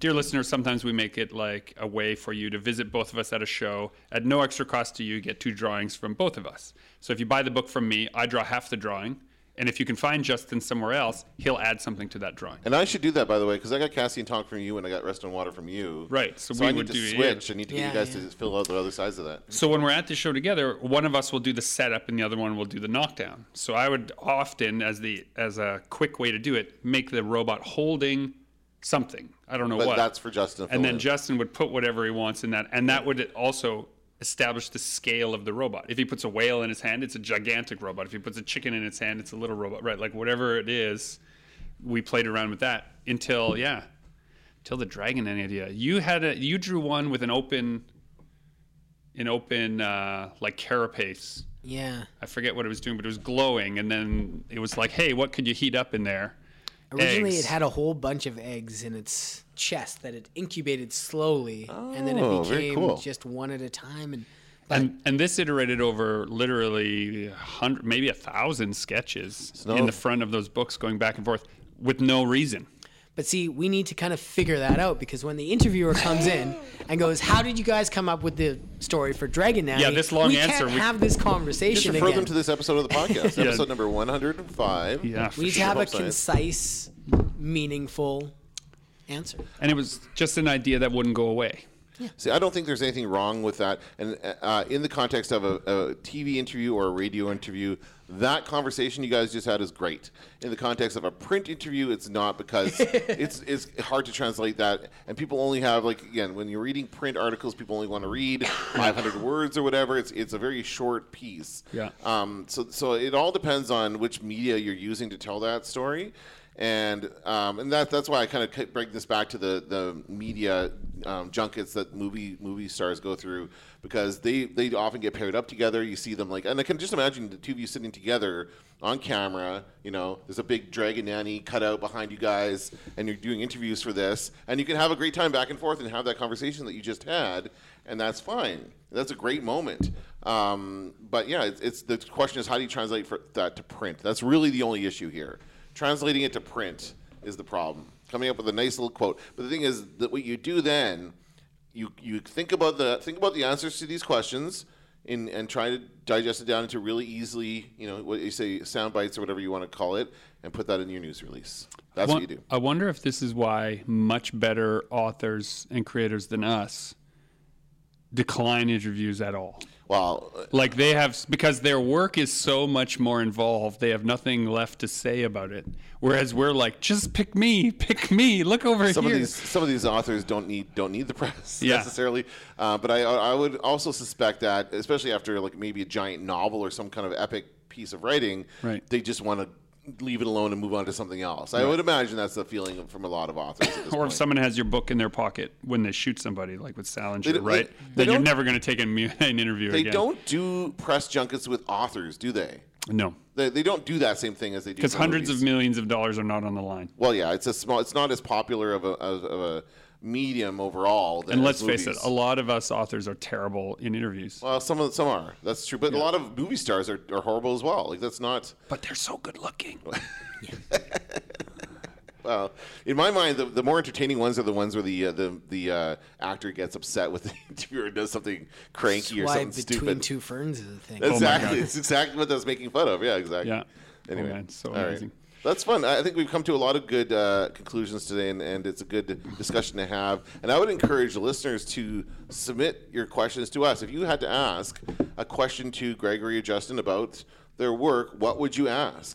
Dear listeners, sometimes we make it like a way for you to visit both of us at a show. At no extra cost to you, get two drawings from both of us. So if you buy the book from me, I draw half the drawing. And if you can find Justin somewhere else, he'll add something to that drawing.
And I should do that, by the way, because I got Cassian Tonk from you and I got Rest on Water from you.
Right, so
I
we
need
would
to
do-
switch. I need to get
Yeah,
you guys
yeah.
to fill out the other sides of that.
So when we're at the show together, one of us will do the setup and the other one will do the knockdown. So I would often, as the as a quick way to do it, make the robot holding something. I don't know
But
what.
that's for Justin to
And
fill
then
in.
Justin would put whatever he wants in that, and that would also establish the scale of the robot. If he puts a whale in his hand, it's a gigantic robot. If he puts a chicken in its hand, it's a little robot. Right? Like whatever it is, we played around with that until yeah, until the dragon idea. You had a you drew one with an open, an open uh, like carapace.
Yeah.
I forget what it was doing, but it was glowing, and then it was like, hey, what could you heat up in there?
Originally,
Eggs.
it had a whole bunch of eggs in its chest that it incubated slowly, and then
Oh,
it
very
became
cool.
just one at a time. And
and and this iterated over literally a hundred, maybe a thousand sketches
So-
in the front of those books, going back and forth with no reason.
But see, we need to kind of figure that out because when the interviewer comes in and goes, "How did you guys come up with the story for Dragon Nanny?"
Yeah, this long
we
answer,
Can't
we-
have this
Just
conversation
refer
again.
them to this episode of the podcast, episode number 105.
Yeah, for
we need to
sure.
have a
Science.
concise, meaningful answer.
and it was just an idea that wouldn't go away.
See, I don't think there's anything wrong with that. And uh, in the context of a, a TV interview or a radio interview, that conversation you guys just had is great. In the context of a print interview, it's not because it's it's hard to translate that. And people only have like again when you're reading print articles, people only want to read 500 words or whatever. It's it's a very short piece.
Yeah.
Um, so so it all depends on which media you're using to tell that story. And um, and that, that's why I kind of bring this back to the the media um, junkets that movie movie stars go through because they, they often get paired up together. You see them like, and I can just imagine the two of you sitting together on camera. You know, there's a big dragon nanny cutout behind you guys, and you're doing interviews for this, and you can have a great time back and forth and have that conversation that you just had, and that's fine. That's a great moment. Um, but yeah, it's, it's the question is how do you translate for that to print? That's really the only issue here. Translating it to print is the problem. Coming up with a nice little quote. But the thing is that what you do then, you you think about the think about the answers to these questions. In, and try to digest it down into really easily, you know, what you say, sound bites or whatever you want to call it, and put that in your news release. That's what
Won-
you do.
I wonder if this is why much better authors and creators than us decline interviews at all.
Well, uh,
Like they have because their work is so much more involved, they have nothing left to say about it. Whereas we're like, just pick me, pick me. Look over
some
here.
of these some of these authors don't need don't need the press
Yeah.
necessarily. Uh, but I I would also suspect that especially after like maybe a giant novel or some kind of epic piece of writing,
Right.
they just want to leave it alone and move on to something else. I would imagine that's the feeling from a lot of authors. At this
or if
point.
someone has your book in their pocket when they shoot somebody, like with Salinger,
They- they-
right?
they
then you're
don't-
never going to take a mu- an interview
they
again.
don't do press junkets with authors, do they?
No,
They, they don't do that same thing as they do
because
for
hundreds
movies.
of millions of dollars are not on the line.
Well, yeah, it's a small. It's not as popular of a of, of a medium overall. Than
And let's
as
face it,
movies.
a lot of us authors are terrible in interviews,
Well, Uh, some of some are. That's true, but a lot of movie stars are, are horrible as well. Like that's not.
but they're so good looking.
Well, uh, in my mind, the, the more entertaining ones are the ones where the uh, the the uh, actor gets upset with the interviewer and does something cranky or
Why
something
between
stupid.
two ferns is a thing.
exactly, it's exactly what that's making fun of. Yeah, exactly.
Oh Yeah.
Anyway,
Oh, man, so
all right.
amazing.
That's fun. I I think we've come to a lot of good uh, conclusions today, and, and it's a good discussion to have. And I would encourage listeners to submit your questions to us. If you had to ask a question to Gregory or Justin about their work, what would you ask?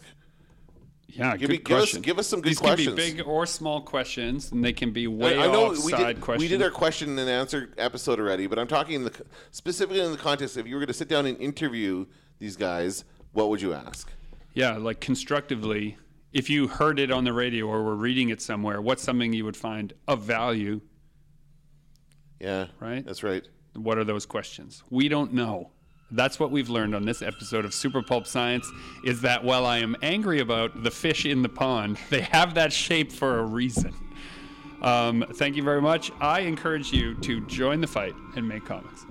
Yeah,
Give
good
me- give us-
question.
give us some good
These can
questions.
be big or small questions, and they can be way
I know we
offside
did,
questions.
we did our question and answer episode already, but I'm talking in the, c- specifically in the context if you were going to sit down and interview these guys, what would you ask?
yeah, like constructively. If you heard it on the radio or were reading it somewhere, what's something you would find of value?
Yeah,
Right.
That's right.
What are those questions? We don't know. That's what we've learned on this episode of Super Pulp Science is that while I am angry about the fish in the pond, they have that shape for a reason. Um, thank you very much. I encourage you to join the fight and make comments.